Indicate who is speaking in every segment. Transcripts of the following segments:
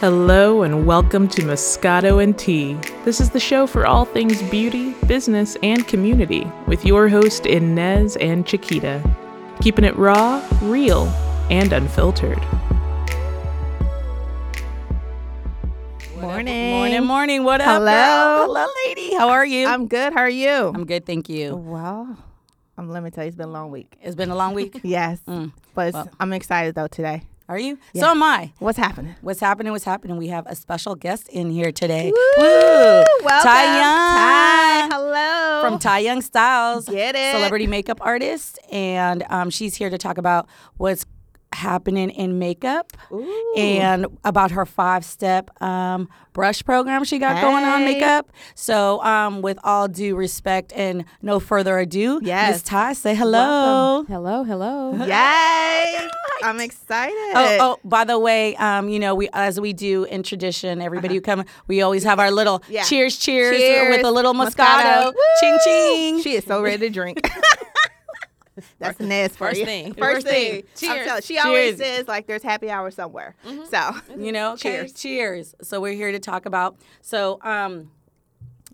Speaker 1: Hello and welcome to Moscato and Tea. This is the show for all things beauty, business, and community with your host Inez and Chiquita. Keeping it raw, real, and unfiltered.
Speaker 2: Morning.
Speaker 3: Morning, morning. What up?
Speaker 2: Hello.
Speaker 3: girl? Hello, lady. How are you?
Speaker 2: I'm good. How are you?
Speaker 3: I'm good, thank you.
Speaker 2: well. Um, let me tell you, it's been a long week.
Speaker 3: It's been a long week. Mm.
Speaker 2: Yes, but it's, I'm excited though today.
Speaker 3: Are you? So am I.
Speaker 2: What's happening?
Speaker 3: What's happening? What's happening? We have a special guest in here today.
Speaker 2: Woo! Welcome,
Speaker 3: Ty
Speaker 2: Ty.
Speaker 3: Young
Speaker 2: Hello.
Speaker 3: from Ty Young Styles.
Speaker 2: Oh. Get it.
Speaker 3: Celebrity makeup artist. And um, she's here to talk about what's happening in makeup and about her five step um, brush program she got going on
Speaker 2: Hey.
Speaker 3: makeup. So, um, with all due respect and no further ado,
Speaker 2: Yes.
Speaker 3: Miss Ty, say hello.
Speaker 4: Hello, hello.
Speaker 2: Yay! I'm excited.
Speaker 3: Oh, oh! By the way, um, you know we as we do in tradition, everybody who come, we always have our little
Speaker 2: Uh-huh. Yeah.
Speaker 3: cheers, cheers,
Speaker 2: Cheers.
Speaker 3: with a little
Speaker 2: Moscato.
Speaker 3: Moscato, ching ching.
Speaker 2: She is so ready to drink. That's Nez for
Speaker 4: first
Speaker 2: you.
Speaker 4: thing.
Speaker 2: First
Speaker 4: First
Speaker 2: thing.
Speaker 4: thing.
Speaker 2: I'm
Speaker 4: Cheers.
Speaker 2: telling- She always
Speaker 3: Cheers. Mm-hmm.
Speaker 2: says like there's happy hour somewhere. So
Speaker 3: You know, okay,
Speaker 2: Cheers.
Speaker 3: cheers. So we're here to talk about. So, um,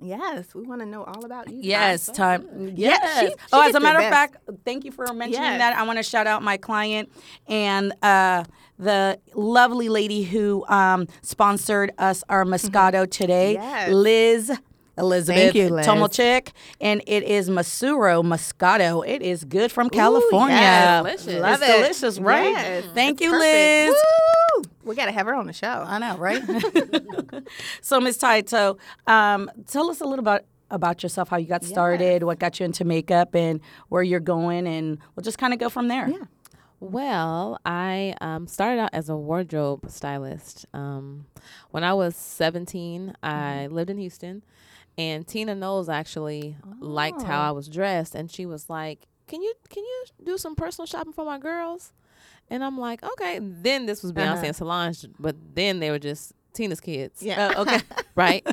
Speaker 2: yes, we want to know all about you. Ty.
Speaker 3: yes, time.
Speaker 2: Yeah,
Speaker 3: Yes.
Speaker 2: she- she
Speaker 3: oh,
Speaker 2: did
Speaker 3: as a
Speaker 2: the
Speaker 3: matter of
Speaker 2: best.
Speaker 3: fact, thank you for mentioning
Speaker 2: Yes.
Speaker 3: that. I want to shout out my client and uh, the lovely lady who um, sponsored us our Moscato today,
Speaker 2: Mm-hmm. Yes.
Speaker 3: Liz. Elizabeth
Speaker 2: Thank you, Liz.
Speaker 3: Tomolchik, and it is Masuro Moscato. It is good from California.
Speaker 2: yes.
Speaker 4: Delicious.
Speaker 2: Love
Speaker 3: it's
Speaker 2: it.
Speaker 3: delicious, right?
Speaker 2: Yes.
Speaker 3: Thank
Speaker 2: It's
Speaker 3: you,
Speaker 2: perfect.
Speaker 3: Liz.
Speaker 2: Woo! We gotta have her on the show.
Speaker 3: I know, right? so, Miss Taito, um, tell us a little about about yourself, how you got started, what got you into makeup, and where you're going, and we'll just kind of go from there. Yeah.
Speaker 4: Well, I um, started out as a wardrobe stylist. Um, when I was 17, I lived in Houston, and Tina Knowles actually liked how I was dressed, and she was like, "Can you can you do some personal shopping for my girls?" And I'm like, "Okay." Then this was Beyonce and Solange, but then they were just Tina's kids. Oh,
Speaker 2: Yeah.
Speaker 3: okay.
Speaker 4: right?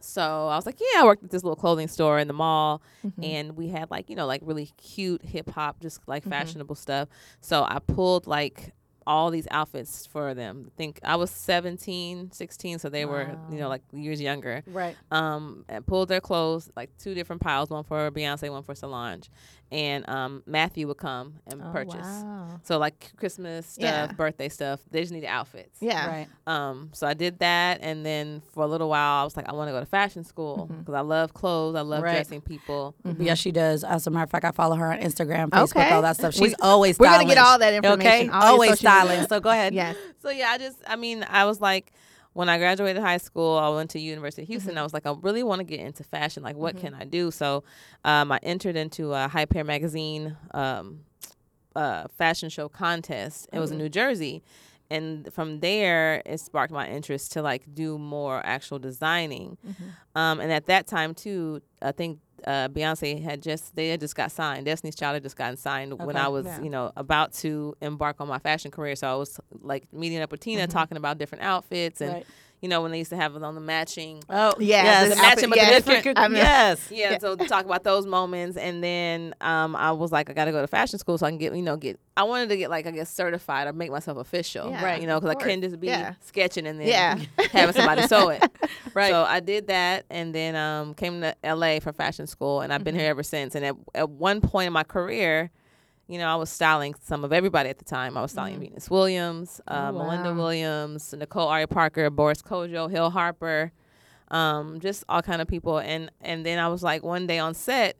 Speaker 4: so I was like, yeah, I worked at this little clothing store in the mall, and we had like you know like really cute hip hop, just like fashionable stuff. So I pulled like all these outfits for them. I think I was 17, 16, so they were you know like years younger.
Speaker 3: Right.
Speaker 4: Um, and pulled their clothes like two different piles, one for Beyonce, one for Solange, and um Matthew would come and purchase.
Speaker 2: Oh.
Speaker 4: So like Christmas stuff,
Speaker 2: Yeah.
Speaker 4: birthday stuff. They just needed outfits.
Speaker 2: Yeah.
Speaker 3: Right.
Speaker 4: Um, so I did that, and then for a little while, I was like, I want to go to fashion school
Speaker 2: Mm-hmm.
Speaker 4: because I love clothes. I love
Speaker 3: Right.
Speaker 4: dressing people.
Speaker 3: Yeah, she does. As a matter of fact, I follow her on Instagram, Facebook,
Speaker 2: Okay.
Speaker 3: all that stuff. She's always
Speaker 2: We're
Speaker 3: styling.
Speaker 2: gonna get all that information.
Speaker 3: Okay.
Speaker 2: all your
Speaker 3: always
Speaker 2: social media.
Speaker 3: styling. So go ahead.
Speaker 2: Yes.
Speaker 4: So yeah, I just, I mean, I was like, when I graduated high school, I went to University of Houston. I was like, I really want to get into fashion. Like, what can I do? So, um, I entered into a High Pair magazine um, uh, fashion show contest. It was in New Jersey. And from there, it sparked my interest to like do more actual designing. Um, and at that time too, I think uh, Beyonce had just they had just got signed. Destiny's Child had just gotten signed when I was you know about to embark on my fashion career. So I was like meeting up with Tina, talking about different outfits and.
Speaker 3: Right.
Speaker 4: You know when they used to have it on the matching.
Speaker 3: Oh,
Speaker 2: Yeah,
Speaker 3: Yes.
Speaker 2: this
Speaker 3: Matching,
Speaker 2: outfit-
Speaker 3: but
Speaker 2: yes.
Speaker 3: the different.
Speaker 2: I mean-
Speaker 3: yes.
Speaker 4: Yeah, so talk about those moments, and then um, I was like, I gotta go to fashion school so I can get, you know, get. I wanted to get like I guess certified or make myself official,
Speaker 2: Yeah,
Speaker 4: right? You know, because I couldn't just be
Speaker 2: Yeah.
Speaker 4: sketching and then
Speaker 2: Yeah.
Speaker 4: having somebody sew it, right? So I did that, and then um, came to LA for fashion school, and I've been here ever since. And at, at one point in my career, you know, I was styling some of everybody at the time. I was styling Venus Williams, uh, Melinda Williams, Nicole Ari Parker, Boris Kojo, Hill Harper, um, just all kind of people. And and then I was like one day on set,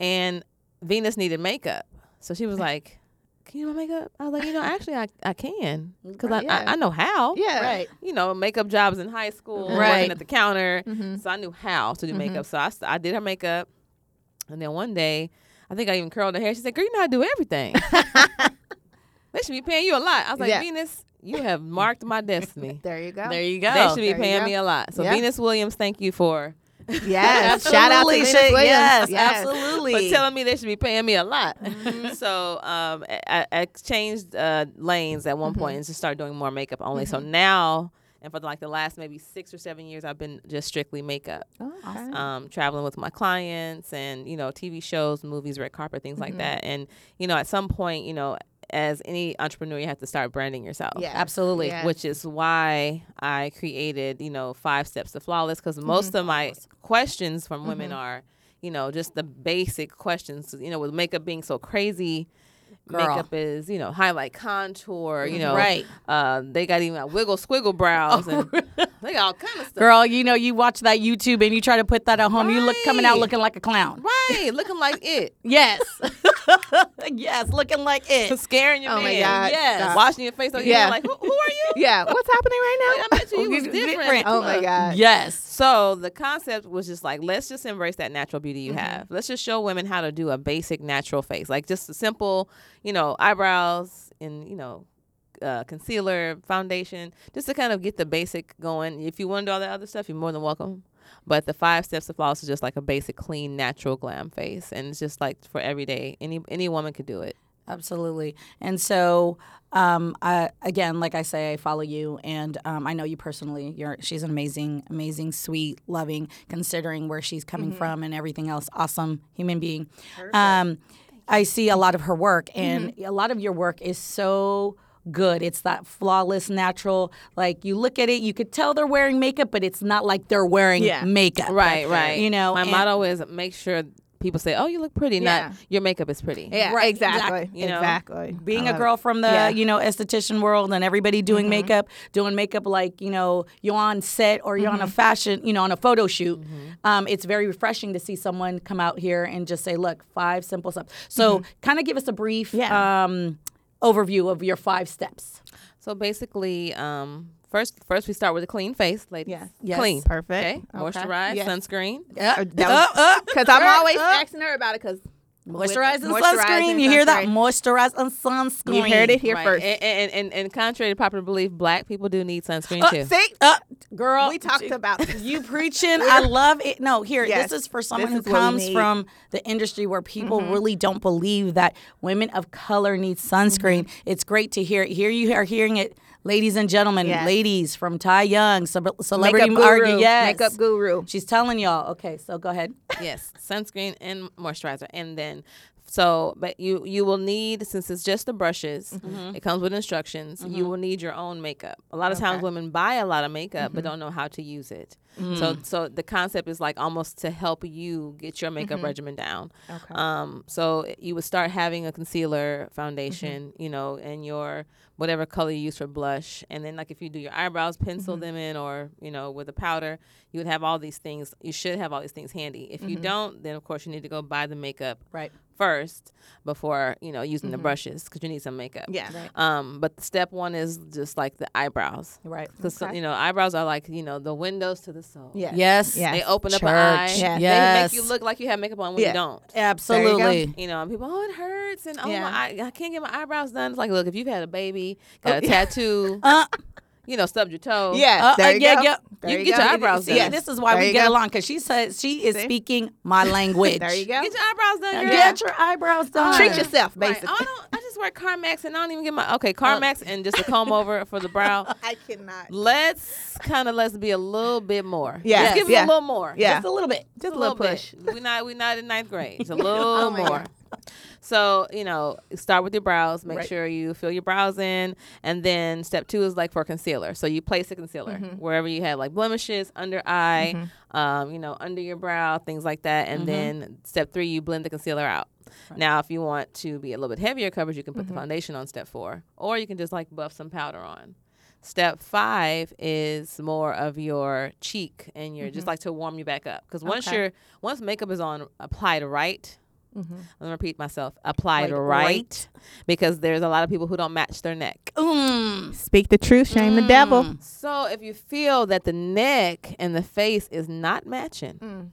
Speaker 4: and Venus needed makeup, so she was like, "Can you do my makeup?" I was like, "You know, actually, I I can because I,
Speaker 2: Mm, Yeah.
Speaker 4: I I know how."
Speaker 2: Yeah. Mm-hmm.
Speaker 3: Right.
Speaker 4: you know, makeup jobs in high school,
Speaker 3: Right.
Speaker 4: working at the counter. So I knew how to do makeup. So I, st- I did her makeup. And then one day, I think I even curled her hair. She said, Girl, you know how to do everything. they should be paying you a lot. I was like,
Speaker 2: Yeah.
Speaker 4: Venus, you have marked my destiny.
Speaker 2: There you go.
Speaker 3: There you go.
Speaker 4: They should be
Speaker 2: There you
Speaker 4: paying
Speaker 2: go.
Speaker 4: me a lot. So
Speaker 2: Yeah.
Speaker 4: Venus Williams, thank you for
Speaker 2: Yes. Shout out to
Speaker 3: Absolutely,
Speaker 2: Venus
Speaker 3: shit,
Speaker 2: Williams.
Speaker 3: Yes,
Speaker 2: Yes. Mm-hmm.
Speaker 3: absolutely.
Speaker 4: for telling me they should be paying me a lot. so um, I- I, I changed uh, lanes at
Speaker 2: Mm-hmm.
Speaker 4: one point and just started doing more makeup only. So now, and for like the last maybe six or seven years, I've been just strictly makeup.
Speaker 2: Oh, Okay.
Speaker 4: um, traveling with my
Speaker 2: Mm-hmm.
Speaker 4: clients and you know tv shows movies red carpet things like that and you know at some point you know as any entrepreneur, you have to start branding yourself.
Speaker 2: Yeah.
Speaker 3: Absolutely.
Speaker 2: Yeah.
Speaker 4: Which is why I created, you know, five steps to flawless
Speaker 2: Mm-hmm.
Speaker 4: because most of my questions from women are, you know, just the basic questions. You know, with makeup being so crazy,
Speaker 3: Girl.
Speaker 4: makeup is, you know, highlight, contour.
Speaker 2: Mm-hmm.
Speaker 4: You know,
Speaker 3: Right.
Speaker 4: Uh, they got even like, wiggle squiggle brows.
Speaker 2: Oh,
Speaker 4: and they got all kind of stuff.
Speaker 3: Girl, you know, you watch that YouTube and you try to put that at home. You look coming out
Speaker 4: Right.
Speaker 3: looking like a clown.
Speaker 4: Right, looking like it,
Speaker 3: Yes. yes, looking like it.
Speaker 4: scaring your
Speaker 2: Oh my
Speaker 4: man,
Speaker 2: God,
Speaker 4: yes,
Speaker 2: stop.
Speaker 4: washing your face. So
Speaker 2: Yeah.
Speaker 4: yeah, like who, who are you?
Speaker 2: Yeah. What's happening
Speaker 4: Like,
Speaker 2: right
Speaker 4: I bet you you was
Speaker 3: You-
Speaker 4: different.
Speaker 3: different.
Speaker 2: now? Oh my God.
Speaker 3: Yes.
Speaker 4: So the concept was just like, let's just embrace that natural beauty
Speaker 3: Mm-hmm.
Speaker 4: you have. Let's just show women how to do a basic natural face, like just a simple, you know, eyebrows and you know, uh, concealer, foundation, just to kind of get the basic going. If you want to do all that other stuff, you're more than welcome. But the five steps to flawless is just like a basic, clean, natural glam face, and it's just like for every day, any any woman could do it.
Speaker 3: Absolutely. And so, um, I, again, like I say, I follow you, and um, I know you personally. You're she's an amazing, amazing, sweet, loving, considering where she's coming from and everything else. Awesome human being. Um, I see a lot of her work, and a lot of your work is so good. It's that flawless, natural. Like you look at it, you could tell they're wearing makeup, but it's not like they're wearing
Speaker 2: Yeah.
Speaker 3: makeup.
Speaker 4: Right, right.
Speaker 3: You know,
Speaker 4: my
Speaker 3: and-
Speaker 4: motto is make sure people say, "Oh, you look pretty,"
Speaker 2: Yeah.
Speaker 4: not your makeup is pretty.
Speaker 2: Yeah.
Speaker 3: Right,
Speaker 2: Exactly.
Speaker 4: you know.
Speaker 2: Exactly.
Speaker 3: being
Speaker 2: I
Speaker 3: a
Speaker 2: love
Speaker 3: girl from the
Speaker 2: Uh, Yeah. Mm-hmm.
Speaker 3: you know esthetician world and everybody doing makeup doing makeup like you know you're on set or you're on a
Speaker 2: Mm-hmm.
Speaker 3: fashion you know on a photo shoot um, it's very refreshing to see someone come out here and just say look five simple steps so kind of give us a brief
Speaker 2: Mm-hmm. Yeah.
Speaker 3: um, overview of your five steps
Speaker 4: So basically, um, first first we start with a clean face, ladies.
Speaker 2: Yes.
Speaker 3: Yes.
Speaker 4: Clean.
Speaker 2: Perfect.
Speaker 4: Okay. Moisturize,
Speaker 2: Yes.
Speaker 4: sunscreen.
Speaker 2: Uh,
Speaker 3: Uh,
Speaker 2: Because I'm always asking her about it. Because
Speaker 3: moisturize and sunscreen you hear that moisturize and sunscreen
Speaker 2: You heard it here
Speaker 4: Right.
Speaker 2: first.
Speaker 4: And, and, and, and contrary to popular belief, black people do need sunscreen
Speaker 2: Uh,
Speaker 4: too.
Speaker 2: see,
Speaker 3: Uh, girl
Speaker 2: we talked about this.
Speaker 3: You preaching. I love it. No, here,
Speaker 2: Yes,
Speaker 3: this is for
Speaker 2: this
Speaker 3: someone who
Speaker 2: is what we
Speaker 3: comes
Speaker 2: need. Mm-hmm.
Speaker 3: from the industry where people really don't believe that women of color need sunscreen.
Speaker 2: Mm-hmm.
Speaker 3: It's great to hear it. Here you are hearing it, ladies and gentlemen,
Speaker 2: Yes.
Speaker 3: ladies from Ty Young, ce- celebrity
Speaker 2: makeup guru.
Speaker 3: argue- yes.
Speaker 2: Makeup guru.
Speaker 3: She's telling y'all. Okay, so go ahead.
Speaker 4: yes, sunscreen and moisturizer, and then so but you you will need since it's just the brushes,
Speaker 2: Mm-hmm.
Speaker 4: it comes with instructions. You will need your own makeup. A lot of times women buy a lot of makeup but
Speaker 2: Mm-hmm.
Speaker 4: don't know how to use it. So so the concept is like almost to help you get your
Speaker 2: Mm-hmm.
Speaker 4: makeup regimen down. Okay. Um so you would start having a concealer, foundation, you know, and your whatever color you use for blush and then like if you do your eyebrows pencil them in or you know with a powder you would have all these things you should have all these things handy if you don't then of course you need to go buy the makeup
Speaker 3: Right.
Speaker 4: first before you know using the brushes because you need some makeup
Speaker 2: Yeah.
Speaker 4: um but step one is just like the eyebrows
Speaker 3: Right.
Speaker 4: because you know eyebrows are like you know the windows to the soul
Speaker 2: Yes.
Speaker 3: Yes.
Speaker 2: Yes.
Speaker 4: they open up
Speaker 3: Church.
Speaker 4: an eye
Speaker 2: Yeah.
Speaker 4: they make
Speaker 3: Yes.
Speaker 4: you look like you have makeup on when
Speaker 2: Yeah.
Speaker 4: you don't
Speaker 3: Absolutely.
Speaker 4: you know, and people, oh, it hurts, and oh,
Speaker 2: Yeah.
Speaker 4: my, I, I can't get my eyebrows done. It's like, look, if you've had a baby, got a tattoo,
Speaker 3: Uh,
Speaker 4: you know, stubbed your toe.
Speaker 2: Oh, Yeah.
Speaker 3: Uh,
Speaker 2: there
Speaker 3: uh,
Speaker 2: you
Speaker 3: yeah,
Speaker 2: go.
Speaker 3: yeah.
Speaker 2: There
Speaker 4: You can
Speaker 2: you
Speaker 4: get
Speaker 2: go.
Speaker 4: your eyebrows
Speaker 3: see,
Speaker 4: done. Yes.
Speaker 3: this is why
Speaker 2: There
Speaker 3: we
Speaker 2: you
Speaker 3: get
Speaker 2: go.
Speaker 3: along because she says she is
Speaker 2: See?
Speaker 3: speaking my language.
Speaker 2: There you go.
Speaker 4: Get your eyebrows done. Girl.
Speaker 3: Get your eyebrows done.
Speaker 2: Treat yourself,
Speaker 4: Right.
Speaker 2: basically.
Speaker 4: Oh, I don't. I just wear CarMax, and I don't even get my
Speaker 2: Oh.
Speaker 4: okay CarMax, and just a comb over for the brow.
Speaker 2: I cannot.
Speaker 4: Let's kind of let's be a little bit more.
Speaker 2: Yes,
Speaker 4: Let's give them
Speaker 2: yeah.
Speaker 4: a little more.
Speaker 2: Yeah.
Speaker 3: Just a little bit.
Speaker 2: Just a
Speaker 4: a little
Speaker 2: little push.
Speaker 4: bit. We're not we're not in ninth grade. Oh It's a little more. So you know, start with your brows. Make sure you fill your brows in, and then step two is like for concealer. So you place the concealer wherever you have like blemishes, under eye, um, you know, under your brow, things like that. And then step three, you blend the concealer out. Now, if you want to be a little bit heavier coverage, you can put the foundation on step four, or you can just like buff some powder on. Step five is more of your cheek and your just like to warm you back up because once you're once makeup is on applied right. I'm gonna repeat myself. Applied
Speaker 3: Applied
Speaker 4: right,
Speaker 3: right.
Speaker 4: because there's a lot of people who don't match their neck.
Speaker 3: Mm.
Speaker 2: Speak the truth, shame the devil.
Speaker 4: So if you feel that the neck and the face is not matching,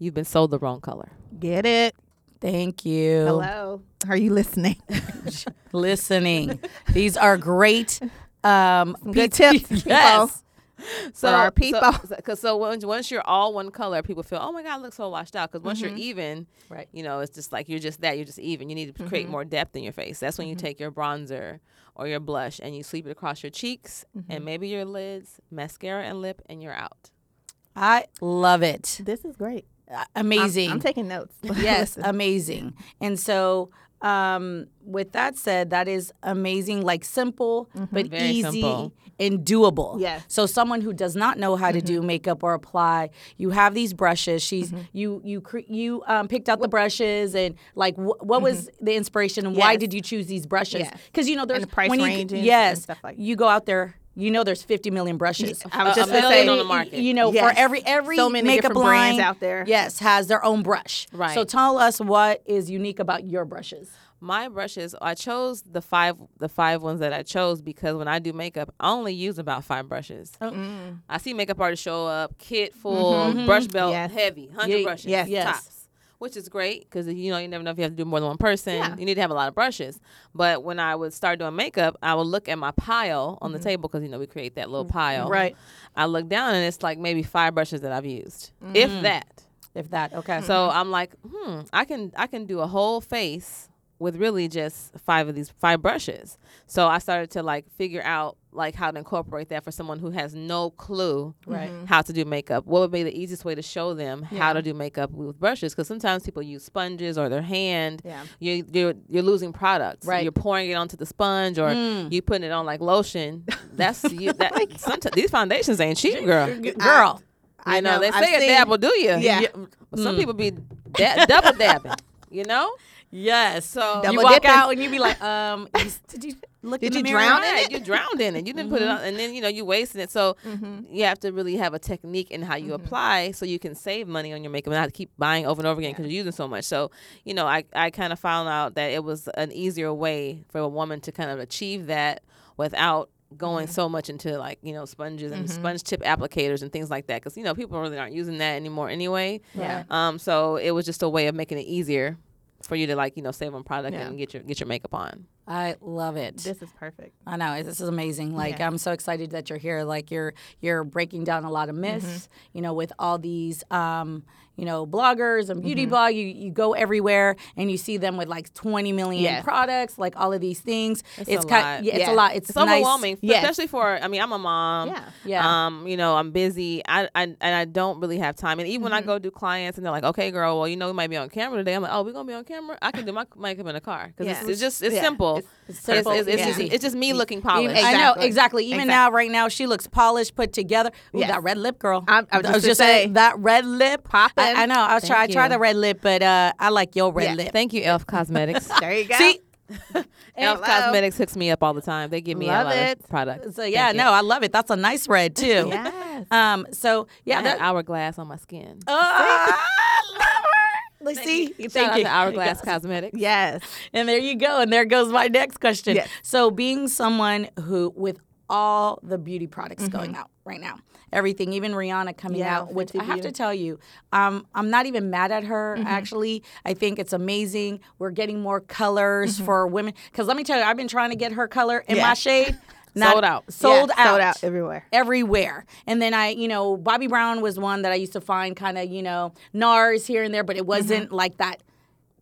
Speaker 4: you've been sold the wrong color.
Speaker 2: Get it?
Speaker 3: Thank you.
Speaker 2: Hello. Are you listening?
Speaker 3: Listening. These are great um
Speaker 2: Good
Speaker 3: pe-
Speaker 2: tips. people.
Speaker 3: Yes.
Speaker 4: so,
Speaker 2: our
Speaker 4: So,
Speaker 2: people.
Speaker 4: 'cause so once, once you're all one color, people feel, oh my God, I look so washed out. Because once
Speaker 2: Mm-hmm.
Speaker 4: you're even,
Speaker 3: Right.
Speaker 4: you know, it's just like you're just that. You're just even. You need to
Speaker 2: Mm-hmm.
Speaker 4: create more depth in your face. That's when you take your bronzer or your blush and you sweep it across your cheeks
Speaker 2: Mm-hmm.
Speaker 4: and maybe your lids, mascara and lip, and you're out.
Speaker 3: I love it.
Speaker 2: This is great.
Speaker 3: Uh, Amazing.
Speaker 2: I'm taking notes.
Speaker 3: yes, amazing. And so um, with that said, that is amazing, like simple, but
Speaker 4: Very
Speaker 3: easy
Speaker 4: simple.
Speaker 3: and doable.
Speaker 2: Mm-hmm. Yes. Mm-hmm.
Speaker 3: So someone who does not know how to do makeup or apply, you have these brushes. She's you you cre- you um, picked out the brushes and like wh- what was the inspiration and
Speaker 2: Mm-hmm.
Speaker 3: why
Speaker 2: Yes.
Speaker 3: did you choose these brushes?
Speaker 2: Yeah.
Speaker 3: Because you know there's
Speaker 2: the price
Speaker 3: when you-
Speaker 2: ranges and
Speaker 3: yes,
Speaker 2: stuff like
Speaker 3: you go out there. You know there's 50 million brushes. Uh,
Speaker 2: I was
Speaker 4: A-
Speaker 2: just
Speaker 4: a
Speaker 2: gonna
Speaker 4: million
Speaker 2: say,
Speaker 4: on the market.
Speaker 3: You know
Speaker 2: Yes.
Speaker 3: for every every
Speaker 2: So many
Speaker 3: makeup
Speaker 2: different
Speaker 3: line
Speaker 2: brands out there.
Speaker 3: Yes, has their own brush.
Speaker 4: Right.
Speaker 3: So tell us what is unique about your brushes.
Speaker 4: my brushes i chose the five the five ones that i chose because when i do makeup i only use about five brushes
Speaker 2: Oh.
Speaker 4: i see makeup artists show up kit full brush belt
Speaker 2: Mm-hmm. Yes.
Speaker 4: heavy 100
Speaker 3: Yeah,
Speaker 4: brushes
Speaker 2: yes.
Speaker 3: Yes.
Speaker 4: tops which is great because you know you never know if you have to do more than one person you need to have a lot of brushes but when i would start doing makeup i would look at my pile on the
Speaker 2: Mm-hmm.
Speaker 4: table because you know we create that little pile
Speaker 3: Right.
Speaker 4: i look down and it's like maybe five brushes that i've used if
Speaker 2: Mm.
Speaker 4: that
Speaker 3: If that okay. So
Speaker 4: so I'm like, hmm, I can I can do a whole face with really just five of these five brushes. So I started to like figure out like how to incorporate that for someone who has no clue
Speaker 3: Right.
Speaker 4: how to do makeup. What would be the easiest way to show them how to do makeup with brushes? Because sometimes people use sponges or their hand.
Speaker 2: Yeah.
Speaker 4: You you're you're losing products.
Speaker 3: Right. Mm.
Speaker 4: You're pouring it onto the sponge or you putting it on like lotion. That's you that
Speaker 3: Oh
Speaker 4: sometimes these foundations ain't cheap, girl.
Speaker 3: girl,
Speaker 4: You know, they
Speaker 2: I've
Speaker 4: say a
Speaker 2: seen-
Speaker 4: dab will do you.
Speaker 2: Yeah. Mm.
Speaker 4: But some people be da- double dabbing, you know?
Speaker 3: yes. So
Speaker 2: Double
Speaker 3: you walk
Speaker 2: dipping.
Speaker 3: out and you be like, um, you s- did you look?
Speaker 2: Did
Speaker 3: in the
Speaker 2: you
Speaker 3: mirror?
Speaker 2: drown it? Mm-hmm.
Speaker 4: Yeah, you drowned in it. You didn't put it on, and then, you know, you wasting it. So you have to really have a technique in how you
Speaker 2: Mm-hmm.
Speaker 4: apply so you can save money on your makeup and not keep buying over and over again because you're using so much. So, you know, I, I kind of found out that it was an easier way for a woman to kind of achieve that without
Speaker 2: Mm-hmm.
Speaker 4: going so much into like you know sponges and sponge tip applicators and things like that because you know people really aren't using that anymore anyway
Speaker 2: Yeah.
Speaker 4: um so it was just a way of making it easier for you to like you know save on product
Speaker 2: Yeah.
Speaker 4: and get your get your makeup on
Speaker 3: I love it.
Speaker 2: This is perfect.
Speaker 3: I know this is amazing. Like I'm so excited that you're here. Like you're you're breaking down a lot of myths. You know, with all these um, you know bloggers and beauty blog, you you go everywhere and you see them with like 20 million
Speaker 2: Yes.
Speaker 3: products, like all of these things. It's,
Speaker 4: a
Speaker 3: ki-
Speaker 4: lot.
Speaker 3: Yeah, it's
Speaker 2: Yeah.
Speaker 3: a lot. It's,
Speaker 4: it's
Speaker 3: nice.
Speaker 4: overwhelming
Speaker 2: Yes.
Speaker 4: especially for i mean i'm a mom
Speaker 2: Yeah.
Speaker 3: Yeah.
Speaker 4: um you know i'm busy I, I and i don't really have time and even when i
Speaker 2: Mm-hmm.
Speaker 4: go do clients and they're like okay girl well you know we might be on camera today i'm like oh we're gonna be on camera i can do my makeup in the car because
Speaker 2: Yeah.
Speaker 4: it's, it's just it's
Speaker 2: Yeah.
Speaker 4: simple
Speaker 2: It's-
Speaker 4: it's,
Speaker 3: simple.
Speaker 4: it's, it's
Speaker 2: Yeah. E,
Speaker 4: easy. it's just me looking polished
Speaker 3: I know
Speaker 2: Exactly.
Speaker 3: exactly. Even now, right now, she looks polished, put together. Ooh,
Speaker 2: Yes.
Speaker 3: that red lip, girl.
Speaker 2: I- I was just to say.
Speaker 3: that red lip.
Speaker 2: Poppin'.
Speaker 3: I, I know. I try. I
Speaker 4: Thank
Speaker 3: try
Speaker 4: you.
Speaker 3: the red lip, but uh, I like your red
Speaker 2: Yeah.
Speaker 3: lip.
Speaker 4: thank you elf cosmetics
Speaker 2: There you go.
Speaker 3: See,
Speaker 4: elf
Speaker 2: Hello.
Speaker 4: cosmetics hooks me up all the time they give me
Speaker 2: Love
Speaker 4: a lot
Speaker 2: it.
Speaker 4: of products
Speaker 3: so yeah, no, I love it. That's a nice red too.
Speaker 2: Yes.
Speaker 3: Um. So yeah,
Speaker 4: I had
Speaker 3: that,
Speaker 4: hourglass on my skin
Speaker 3: Oh, I love her. Like, see,
Speaker 4: Shout out
Speaker 3: thank you.
Speaker 4: to Hourglass Cosmetics.
Speaker 2: Yes.
Speaker 3: And there you go. And there goes my next question.
Speaker 2: Yes.
Speaker 3: So, being someone who, with all the beauty products going out right now, everything, even Rihanna coming
Speaker 2: Mm-hmm. Yeah,
Speaker 3: out, which
Speaker 2: 50
Speaker 3: I have to
Speaker 2: Beauty.
Speaker 3: tell you, um, I'm not even mad at her,
Speaker 2: Mm-hmm.
Speaker 3: actually. I think it's amazing. We're getting more colors for women. Because let me tell you, I've been trying to get her color in
Speaker 2: Mm-hmm. Yeah.
Speaker 3: my shade.
Speaker 4: Sold out.
Speaker 3: Sold
Speaker 2: Yeah,
Speaker 3: out
Speaker 2: Sold out everywhere.
Speaker 3: everywhere. And then I, you know, Bobby Brown was one that I used to find kind of, you know, NARS here and there, but it wasn't like that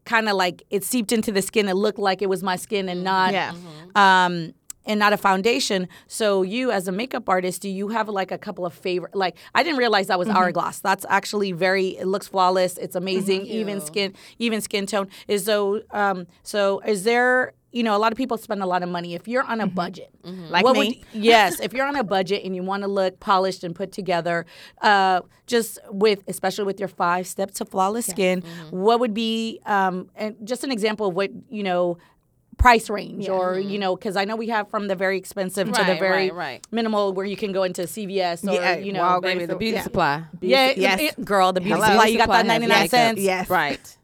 Speaker 3: kind of like it seeped into the skin. It looked like it was my skin and not
Speaker 2: Yeah.
Speaker 3: um and not a foundation. So you as a makeup artist, do you have like a couple of favorite like I didn't realize that was hourglass. That's actually very it looks flawless. It's amazing. Even skin even skin tone. Is so um so is there you know, a lot of people spend a lot of money. If you're on a budget,
Speaker 2: Like
Speaker 3: what
Speaker 2: me.
Speaker 3: would- yes, if you're on a budget and you want to look polished and put together, uh, just with especially with your five steps to flawless skin, what would be um, and just an example of what you know price range or you know because I know we have from the very expensive to the
Speaker 4: Right,
Speaker 3: very
Speaker 4: right, right.
Speaker 3: minimal where you can go into CVS or
Speaker 2: Yeah,
Speaker 3: you know
Speaker 2: Walgreens.
Speaker 4: Baby, the beauty
Speaker 2: Yeah.
Speaker 4: supply.
Speaker 3: yeah
Speaker 2: Yes.
Speaker 3: it- girl the beauty
Speaker 4: Hello.
Speaker 3: supply you got
Speaker 4: Supply
Speaker 3: that
Speaker 4: has
Speaker 3: 99
Speaker 4: makeup.
Speaker 3: cents
Speaker 2: Yes.
Speaker 4: Right.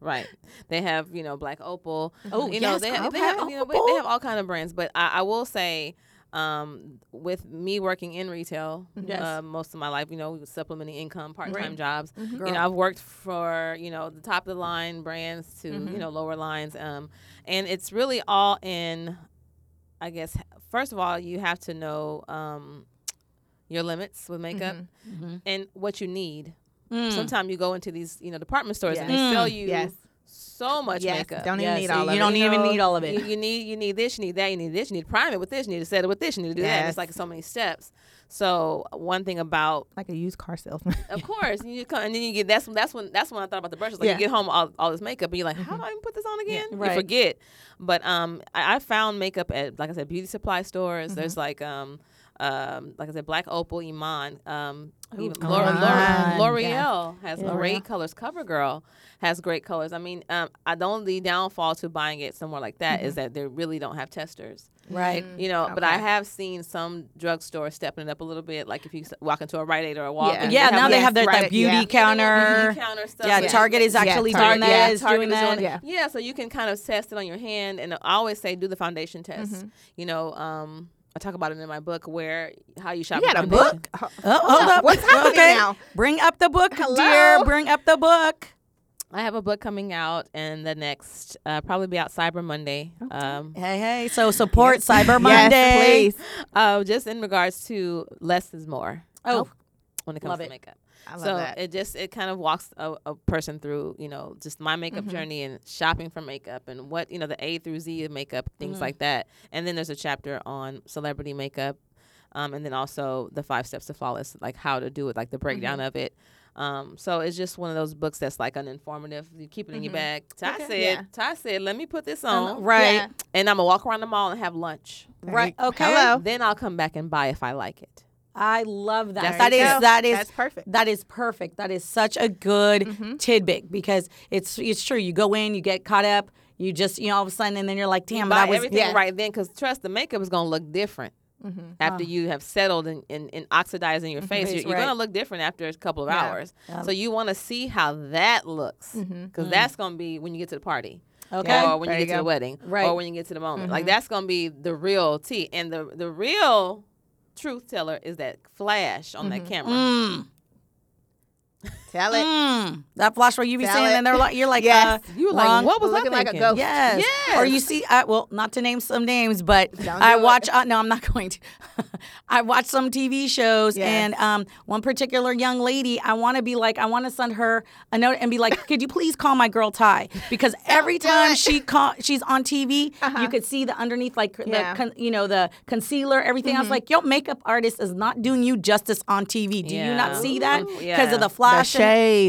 Speaker 4: Right. They have, you know, Black Opal.
Speaker 3: Oh,
Speaker 4: you know,
Speaker 3: yes,
Speaker 4: they,
Speaker 3: girl,
Speaker 4: have, they have,
Speaker 3: Black
Speaker 4: you know, they- they have all kind of brands, but I, I will say um, with me working in retail
Speaker 3: Yes.
Speaker 4: uh, most of my life, you know, we were supplementing income, part-time jobs.
Speaker 3: Mm-hmm.
Speaker 4: You know, I've worked for, you know, the top of the line brands to,
Speaker 3: Mm-hmm.
Speaker 4: you know, lower lines. Um, and it's really all in, I guess, first of all, you have to know um, your limits with makeup
Speaker 3: Mm-hmm.
Speaker 4: Mm-hmm. Mm. and what you need. Sometimes you go into these, you know, department stores and they
Speaker 2: Yes.
Speaker 4: sell you
Speaker 2: Yes.
Speaker 4: so much
Speaker 2: Yes,
Speaker 4: makeup.
Speaker 2: don't even
Speaker 3: Yeah,
Speaker 2: need
Speaker 3: so
Speaker 2: all of
Speaker 3: you
Speaker 2: it.
Speaker 3: don't
Speaker 4: You
Speaker 3: even
Speaker 4: know,
Speaker 3: need all of it.
Speaker 4: You, you need you need this, you need that, you need this, you need to prime it with this, you need to set it with this, you need to do that. And
Speaker 2: Yes.
Speaker 4: it's like so many steps. So one thing about
Speaker 2: like a used car salesman.
Speaker 4: of course, and you come and then you get that's that's when that's when I thought about the brushes. Like
Speaker 2: Yeah. Mm-hmm.
Speaker 4: you get home all, all this makeup and you're like, how do I even put this on again?
Speaker 3: Right.
Speaker 4: You forget. But um, I, I found makeup at like I said, beauty supply stores.
Speaker 2: Mm-hmm.
Speaker 4: There's like um. Um, like I said, Black Opal, Iman, um, even
Speaker 3: come
Speaker 4: L'Ore-
Speaker 2: on.
Speaker 4: L'Ore-
Speaker 2: Yes.
Speaker 4: L'Oreal has
Speaker 2: Yeah.
Speaker 4: great colors. CoverGirl has great colors. I mean, um, I, the only downfall to buying it somewhere like that is that they really don't have testers
Speaker 3: right.
Speaker 4: you know. But
Speaker 2: Mm-hmm.
Speaker 4: I
Speaker 2: Mm, Okay.
Speaker 4: have seen some drugstores stepping it up a little bit. Like if you s- walk into a Rite Aid or a Walgart,
Speaker 2: Yeah,
Speaker 3: Yeah, now they
Speaker 2: yes,
Speaker 3: have their
Speaker 2: right,
Speaker 3: like, beauty
Speaker 2: yeah.
Speaker 3: counter.
Speaker 4: beauty counter stuff.
Speaker 3: Yeah,
Speaker 4: like-
Speaker 3: Target is
Speaker 2: Yeah,
Speaker 3: actually
Speaker 2: Target,
Speaker 3: doing that.
Speaker 2: yeah,
Speaker 3: Is
Speaker 4: Target
Speaker 3: doing
Speaker 4: is
Speaker 3: that. Uh,
Speaker 4: doing
Speaker 2: Yeah.
Speaker 4: it. Yeah, so you can kind of test it on your hand, and I always say do the foundation test.
Speaker 2: Mm-hmm.
Speaker 4: You know, um, I talk about it in my book where how you shop.
Speaker 2: You
Speaker 4: your
Speaker 2: got a
Speaker 4: foundation.
Speaker 2: book? Ho-
Speaker 3: Oh, hold up.
Speaker 2: What's happening
Speaker 3: okay.
Speaker 2: now?
Speaker 3: Bring up the book,
Speaker 2: Hello?
Speaker 3: dear. Bring up the book.
Speaker 4: I have a book coming out, and the next uh, probably be out Cyber Monday. Um,
Speaker 3: Hey, hey. So support Cyber
Speaker 2: Yes,
Speaker 3: Monday.
Speaker 2: please.
Speaker 4: uh, just in regards to less is more
Speaker 3: Oh,
Speaker 4: when it comes
Speaker 3: Love
Speaker 4: to
Speaker 3: it.
Speaker 4: makeup.
Speaker 2: I love
Speaker 4: so
Speaker 2: that.
Speaker 4: it just it kind of walks a, a person through you know just my
Speaker 2: Mm-hmm.
Speaker 4: makeup journey and shopping for makeup and what you know the A through Z of makeup
Speaker 2: Mm-hmm.
Speaker 4: things like that and then there's a chapter on celebrity makeup um, and then also the five steps to flawless like how to do it like the breakdown
Speaker 2: Mm-hmm.
Speaker 4: of it um, so it's just one of those books that's like uninformative you keep it in your bag Ty
Speaker 2: Mm-hmm. Okay.
Speaker 4: said
Speaker 2: Yeah.
Speaker 4: Ty said let me put this on
Speaker 3: right.
Speaker 2: Uh-huh. Yeah.
Speaker 4: and I'm gonna walk around the mall and have lunch
Speaker 3: Right.
Speaker 2: There you-
Speaker 3: Okay.
Speaker 2: Hello.
Speaker 4: then I'll come back and buy if I like it
Speaker 3: I love that.
Speaker 4: That's-
Speaker 3: That
Speaker 4: There
Speaker 3: is
Speaker 4: you
Speaker 2: go.
Speaker 3: that is
Speaker 2: That's perfect.
Speaker 3: That is perfect. That is such a good tidbit because it's it's true. You go in, you get caught up, you just you know all of a sudden, and then you're like, damn,
Speaker 4: buy
Speaker 3: that was
Speaker 4: everything
Speaker 3: yeah. Mm-hmm.
Speaker 4: right then because trust the makeup is going to look different after you have settled and, and, and oxidized in your face you're,
Speaker 3: Face,
Speaker 4: you're going
Speaker 3: right.
Speaker 4: to look different after a couple of hours so you want to see how that looks because that's going to be when you get to the party
Speaker 3: Mm-hmm. Okay.
Speaker 4: or when
Speaker 2: There
Speaker 4: you
Speaker 2: you
Speaker 4: get to
Speaker 2: go.
Speaker 4: the wedding
Speaker 3: Right. Mm-hmm.
Speaker 4: or when you get to the moment like that's going to be the real tea and the, the real truth teller is that flash on that camera
Speaker 3: Mm,
Speaker 2: Tell it.
Speaker 3: mm. That flash where you be
Speaker 2: Tell
Speaker 3: saying,
Speaker 2: it.
Speaker 3: and they're like, you're like,
Speaker 2: Yes.
Speaker 3: uh,
Speaker 4: you're like
Speaker 3: wrong.
Speaker 4: what was
Speaker 2: Looking
Speaker 4: I
Speaker 2: like a
Speaker 4: thinking?
Speaker 2: ghost.
Speaker 3: Yes.
Speaker 4: Yes.
Speaker 3: Or you see, I, well, not to name some names, but
Speaker 2: Don't
Speaker 3: I
Speaker 2: do it.
Speaker 3: watch. Uh, no, I'm not going to. I watch some TV shows,
Speaker 2: Yes.
Speaker 3: and um, one particular young lady, I want to be like, I want to send her a note and be like, could you please call my girl Ty? Because every
Speaker 2: do
Speaker 3: time
Speaker 2: it.
Speaker 3: she call, she's on TV, you could see the underneath, like
Speaker 2: Uh-huh. Yeah. Mm-hmm.
Speaker 3: the con- you know the concealer, everything. I was like, your makeup artist is not doing you justice on TV. Do you
Speaker 4: Yeah.
Speaker 3: not see that because
Speaker 4: Yeah.
Speaker 3: of the
Speaker 4: The
Speaker 3: flash and-
Speaker 2: shade.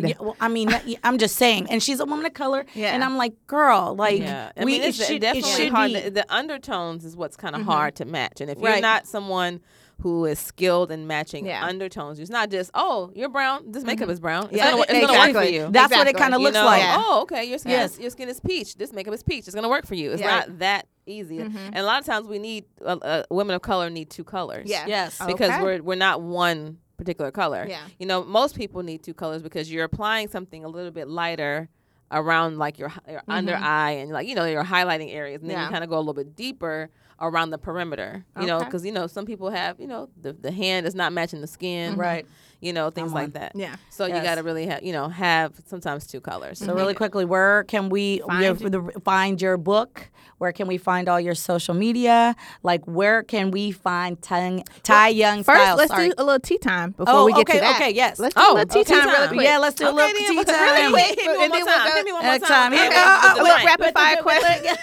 Speaker 3: Yeah, well, I mean, that- I'm just saying. And she's a woman of color,
Speaker 2: Yeah.
Speaker 3: and I'm like, girl, like
Speaker 4: Yeah, I
Speaker 3: we
Speaker 4: mean, it's
Speaker 3: it should,
Speaker 4: definitely
Speaker 3: it should
Speaker 4: hard.
Speaker 3: be Mm-hmm.
Speaker 4: The, the undertones is what's kind of hard to match, and if
Speaker 3: Right.
Speaker 4: you're not someone who is skilled in matching
Speaker 2: Yeah.
Speaker 4: undertones, it's not just oh you're brown. This makeup is brown. It's
Speaker 2: Yeah,
Speaker 4: gonna, wo- it's gonna work for
Speaker 2: exactly.
Speaker 4: you.
Speaker 3: Mm-hmm. That's what it
Speaker 2: Exactly.
Speaker 3: kind of
Speaker 4: You
Speaker 3: looks
Speaker 4: know,
Speaker 3: like.
Speaker 2: Yeah.
Speaker 4: oh okay, your skin
Speaker 3: Yes.
Speaker 4: is, your skin is peach. This makeup is peach. It's gonna work for you. It's
Speaker 2: Yeah.
Speaker 4: not that easy.
Speaker 3: Mm-hmm.
Speaker 4: And a lot of times we need uh, uh, women of color need two colors.
Speaker 2: Yeah.
Speaker 3: Yes.
Speaker 4: because
Speaker 2: Okay.
Speaker 4: we're we're not one particular color.
Speaker 2: Yeah.
Speaker 4: You know, most people need two colors because you're applying something a little bit lighter around like your, your under eye and like you know your highlighting areas and then
Speaker 2: Mm-hmm. Yeah.
Speaker 4: you kind of go a little bit deeper around the perimeter you know, 'cause know
Speaker 2: Okay.
Speaker 4: because you know some people have you know the, the hand is not matching the skin
Speaker 3: Right.
Speaker 4: you know things like that
Speaker 2: Mm-hmm. Yeah. Mm-hmm.
Speaker 4: so you
Speaker 3: Yes.
Speaker 4: got to really have you know have sometimes two colors
Speaker 3: So really quickly, where can we find, your, the- find your book? Where can we find all your social media? Like, where can we find Tang, Ty Young
Speaker 2: First,
Speaker 3: Styles?
Speaker 2: let's
Speaker 3: Sorry.
Speaker 2: do a little tea time before
Speaker 3: Oh,
Speaker 2: we get to
Speaker 3: okay,
Speaker 2: that.
Speaker 3: okay, yes.
Speaker 2: Let's do
Speaker 4: Oh,
Speaker 2: a little tea
Speaker 4: okay,
Speaker 2: time
Speaker 4: tea
Speaker 2: really
Speaker 4: time.
Speaker 2: quick.
Speaker 3: yeah, let's do a
Speaker 4: Okay,
Speaker 3: little
Speaker 4: then,
Speaker 3: tea
Speaker 4: but
Speaker 3: time.
Speaker 4: really quick, hit me
Speaker 2: And
Speaker 4: one
Speaker 2: then
Speaker 4: more
Speaker 2: we'll
Speaker 4: time
Speaker 2: go-
Speaker 4: hit me one more
Speaker 3: Next time,
Speaker 4: time
Speaker 3: here we
Speaker 4: Okay,
Speaker 2: Uh,
Speaker 3: go.
Speaker 4: with the
Speaker 3: Oh,
Speaker 2: Quick
Speaker 4: drink.
Speaker 2: rapid fire question.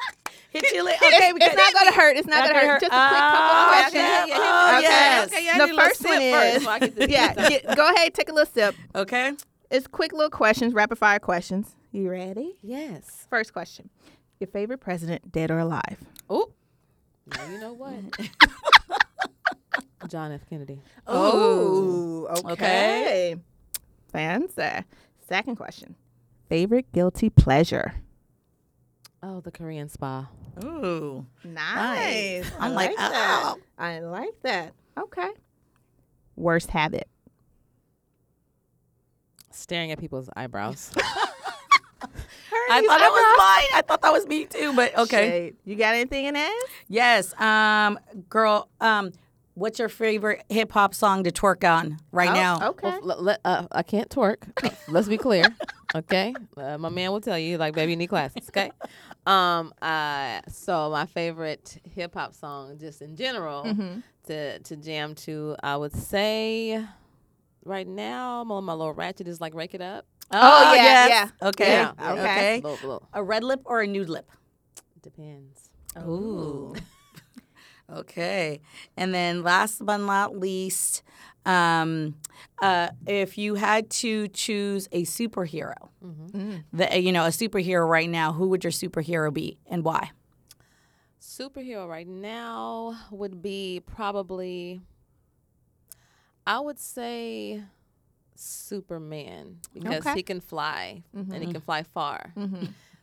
Speaker 3: Hit you li-
Speaker 2: It's,
Speaker 3: okay, we
Speaker 2: it's
Speaker 3: can-
Speaker 2: not going to hurt. It's not going to hurt.
Speaker 3: hurt.
Speaker 2: Just a quick couple of
Speaker 3: Oh,
Speaker 4: Ah, Okay,
Speaker 2: questions.
Speaker 4: okay, yeah, yeah, hit
Speaker 3: Oh,
Speaker 4: me one more time.
Speaker 3: yes.
Speaker 4: Okay, yeah, I
Speaker 2: the
Speaker 4: need a little
Speaker 2: first
Speaker 4: sip
Speaker 2: one
Speaker 4: first
Speaker 2: is
Speaker 4: so I get this
Speaker 2: yeah.
Speaker 4: piece out.
Speaker 2: get- go ahead, take a little sip.
Speaker 3: okay.
Speaker 2: It's quick little questions, rapid fire questions. You ready?
Speaker 4: yes
Speaker 2: First question: Your favorite president, dead or alive?
Speaker 4: oh now you know what John F Kennedy
Speaker 2: Oh, okay. Fancy. Second question: Favorite guilty pleasure?
Speaker 4: oh the Korean spa
Speaker 3: Ooh.
Speaker 2: Nice.
Speaker 3: I'm
Speaker 2: I
Speaker 3: like,
Speaker 2: that.
Speaker 3: oh.
Speaker 2: I like that. Okay. Worst habit.
Speaker 4: staring at people's eyebrows.
Speaker 3: I thought that was mine. I thought that was me too, but okay.
Speaker 2: Shade. You got anything in that?
Speaker 3: Yes, um, girl. Um, what's your favorite hip hop song to twerk on
Speaker 4: Oh,
Speaker 3: right now?
Speaker 2: Okay.
Speaker 4: Well, let- let- uh, I can't twerk. Let's be clear, okay? Uh, my man will tell you, like, baby, you need classes, okay? Um, uh, so my favorite hip hop song, just in general, to to jam to, I would say, right now, my, my little ratchet is like "Rake It Up."
Speaker 2: Oh, yeah,
Speaker 3: yes.
Speaker 2: yeah.
Speaker 3: Okay.
Speaker 4: Yeah.
Speaker 2: Okay.
Speaker 3: Okay. A red lip or a nude lip?
Speaker 4: Depends.
Speaker 3: Ooh. okay. And then last but not least, um, uh, if you had to choose a superhero, the, uh, you know, a superhero right now, who would your superhero be and why?
Speaker 4: Superhero right now would be probably, I would say, Superman because
Speaker 2: Okay. Mm-hmm,
Speaker 4: he can fly and he can fly far.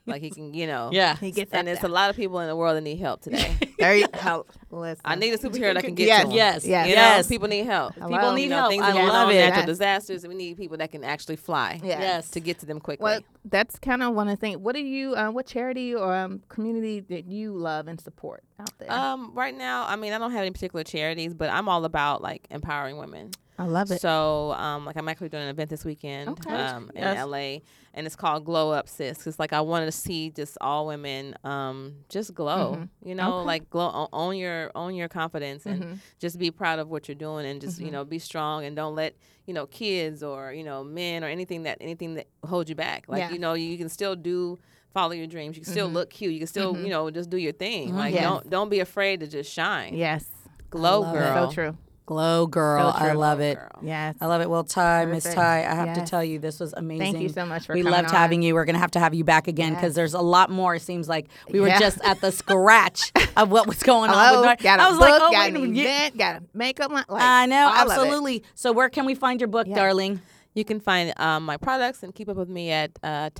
Speaker 4: Like he can, you know.
Speaker 3: Yeah.
Speaker 2: He gets
Speaker 4: And
Speaker 2: up
Speaker 4: there's
Speaker 2: there.
Speaker 4: a lot of people in the world that need help today.
Speaker 2: There you go. Listen.
Speaker 4: I need a superhero that can get
Speaker 2: Yes.
Speaker 4: to 'em.
Speaker 3: Yes.
Speaker 2: Yes.
Speaker 4: You know,
Speaker 3: Yes.
Speaker 4: people need help.
Speaker 2: Hello.
Speaker 4: People need
Speaker 3: You know,
Speaker 4: help. Things
Speaker 3: I
Speaker 4: are going
Speaker 3: love
Speaker 4: on,
Speaker 3: it.
Speaker 4: natural
Speaker 2: Yes.
Speaker 4: disasters, and we need people that can actually fly.
Speaker 2: Yes.
Speaker 3: Yes.
Speaker 4: To get to them quickly.
Speaker 2: Well, that's kind of one of the things. What do you? Uh, what charity or um, community that you love and support out there?
Speaker 4: Um, right now, I mean, I don't have any particular charities, but I'm all about like empowering women.
Speaker 2: I love
Speaker 4: So, um, like I'm actually doing an event this weekend
Speaker 2: Okay.
Speaker 4: um, in
Speaker 3: Yes.
Speaker 4: LA, and it's called Glow Up Sis. It's like I wanted to see just all women, um, just glow.
Speaker 2: Mm-hmm.
Speaker 4: You know, like glow, o- own your own your confidence, and just be proud of what you're doing, and
Speaker 2: Mm-hmm.
Speaker 4: just you know be strong, and don't let you know kids or you know men or anything that anything that hold you back. Like
Speaker 2: Yeah. Mm-hmm.
Speaker 4: you know, you can still do follow your dreams. You can still look cute. You can still you know just do your thing. Like
Speaker 2: Yes.
Speaker 4: don't don't be afraid to just shine.
Speaker 2: Yes.
Speaker 4: Glow,
Speaker 3: love it. So
Speaker 4: girl.
Speaker 2: So true.
Speaker 3: Glow girl.
Speaker 2: So
Speaker 3: I
Speaker 2: true.
Speaker 3: love it.
Speaker 4: Girl.
Speaker 2: Yes.
Speaker 3: I love it. Well, Ty, Miss
Speaker 2: Perfect.
Speaker 3: Ty, I have
Speaker 2: Yes.
Speaker 3: to tell you, this was amazing.
Speaker 2: so much for
Speaker 3: We
Speaker 2: coming
Speaker 3: loved
Speaker 2: on.
Speaker 3: having you. We're gonna have to have you back again because there's a lot more. It seems like we were
Speaker 2: Yeah.
Speaker 3: just at the scratch of what was going on.
Speaker 2: Hello.
Speaker 3: with Mar-
Speaker 2: got a
Speaker 3: I was
Speaker 2: book,
Speaker 3: like,
Speaker 2: got
Speaker 3: oh wait, a
Speaker 2: an
Speaker 3: minute.
Speaker 2: event, got a makeup line. Like,
Speaker 3: I know,
Speaker 2: all of it.
Speaker 3: absolutely. So where can we find your book, darling?
Speaker 4: You can find um, my products and keep up with me at uh,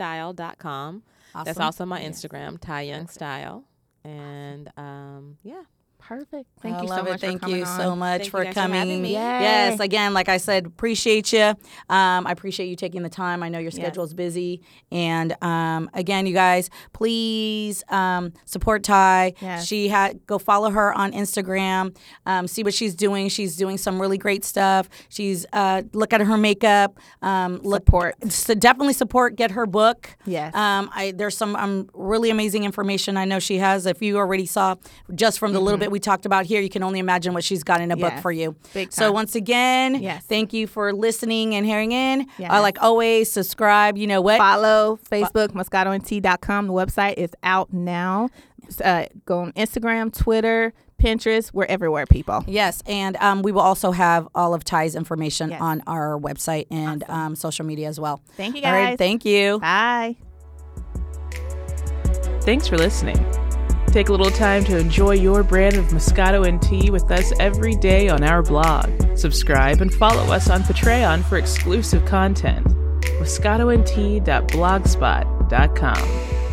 Speaker 4: tyyoungstyle.com. That's
Speaker 3: Awesome.
Speaker 4: also my Instagram, Ty Young Style. And um, yeah.
Speaker 2: Perfect. Thank
Speaker 3: I
Speaker 2: you so
Speaker 3: love
Speaker 2: much.
Speaker 3: it. Thank
Speaker 2: for
Speaker 3: you
Speaker 2: coming
Speaker 3: so
Speaker 2: on.
Speaker 3: much
Speaker 4: Thank you
Speaker 3: for
Speaker 4: guys for having
Speaker 3: coming.
Speaker 4: me. Yay.
Speaker 3: Yes, again, like I said, appreciate you. Um, I appreciate you taking the time. I know your schedule's busy, and um, again, you guys, please um, support Ty.
Speaker 2: Yes.
Speaker 3: She had go follow her on Instagram. Um, see what she's doing. She's doing some really great stuff. She's uh, look at her makeup. Um, look, support. So definitely support. Get her book.
Speaker 2: Yes.
Speaker 3: Um, I there's some um, really amazing information I know she has. If you already saw just from the little bit we talked about here, you can only imagine what she's got in a book
Speaker 2: Mm-hmm. Yes.
Speaker 3: for you.
Speaker 2: Big
Speaker 3: So
Speaker 2: time.
Speaker 3: once again,
Speaker 2: Yes.
Speaker 3: thank you for listening and hearing in.
Speaker 2: Yes.
Speaker 3: Uh, like always, subscribe. You know what?
Speaker 2: Follow Facebook, moscatoand.com. The website is out now. S- Uh, go on Instagram, Twitter, Pinterest. We're everywhere, people.
Speaker 3: Yes, and um, we will also have all of Ty's information
Speaker 2: Yes.
Speaker 3: on our website and um, social media as well.
Speaker 2: Thank you
Speaker 3: All
Speaker 2: guys.
Speaker 3: right, thank you.
Speaker 2: Bye.
Speaker 1: Thanks for listening. Take a little time to enjoy your brand of Moscato and tea with us every day on our blog. Subscribe and follow us on Patreon for exclusive content. MoscatoandTea.blogspot.com.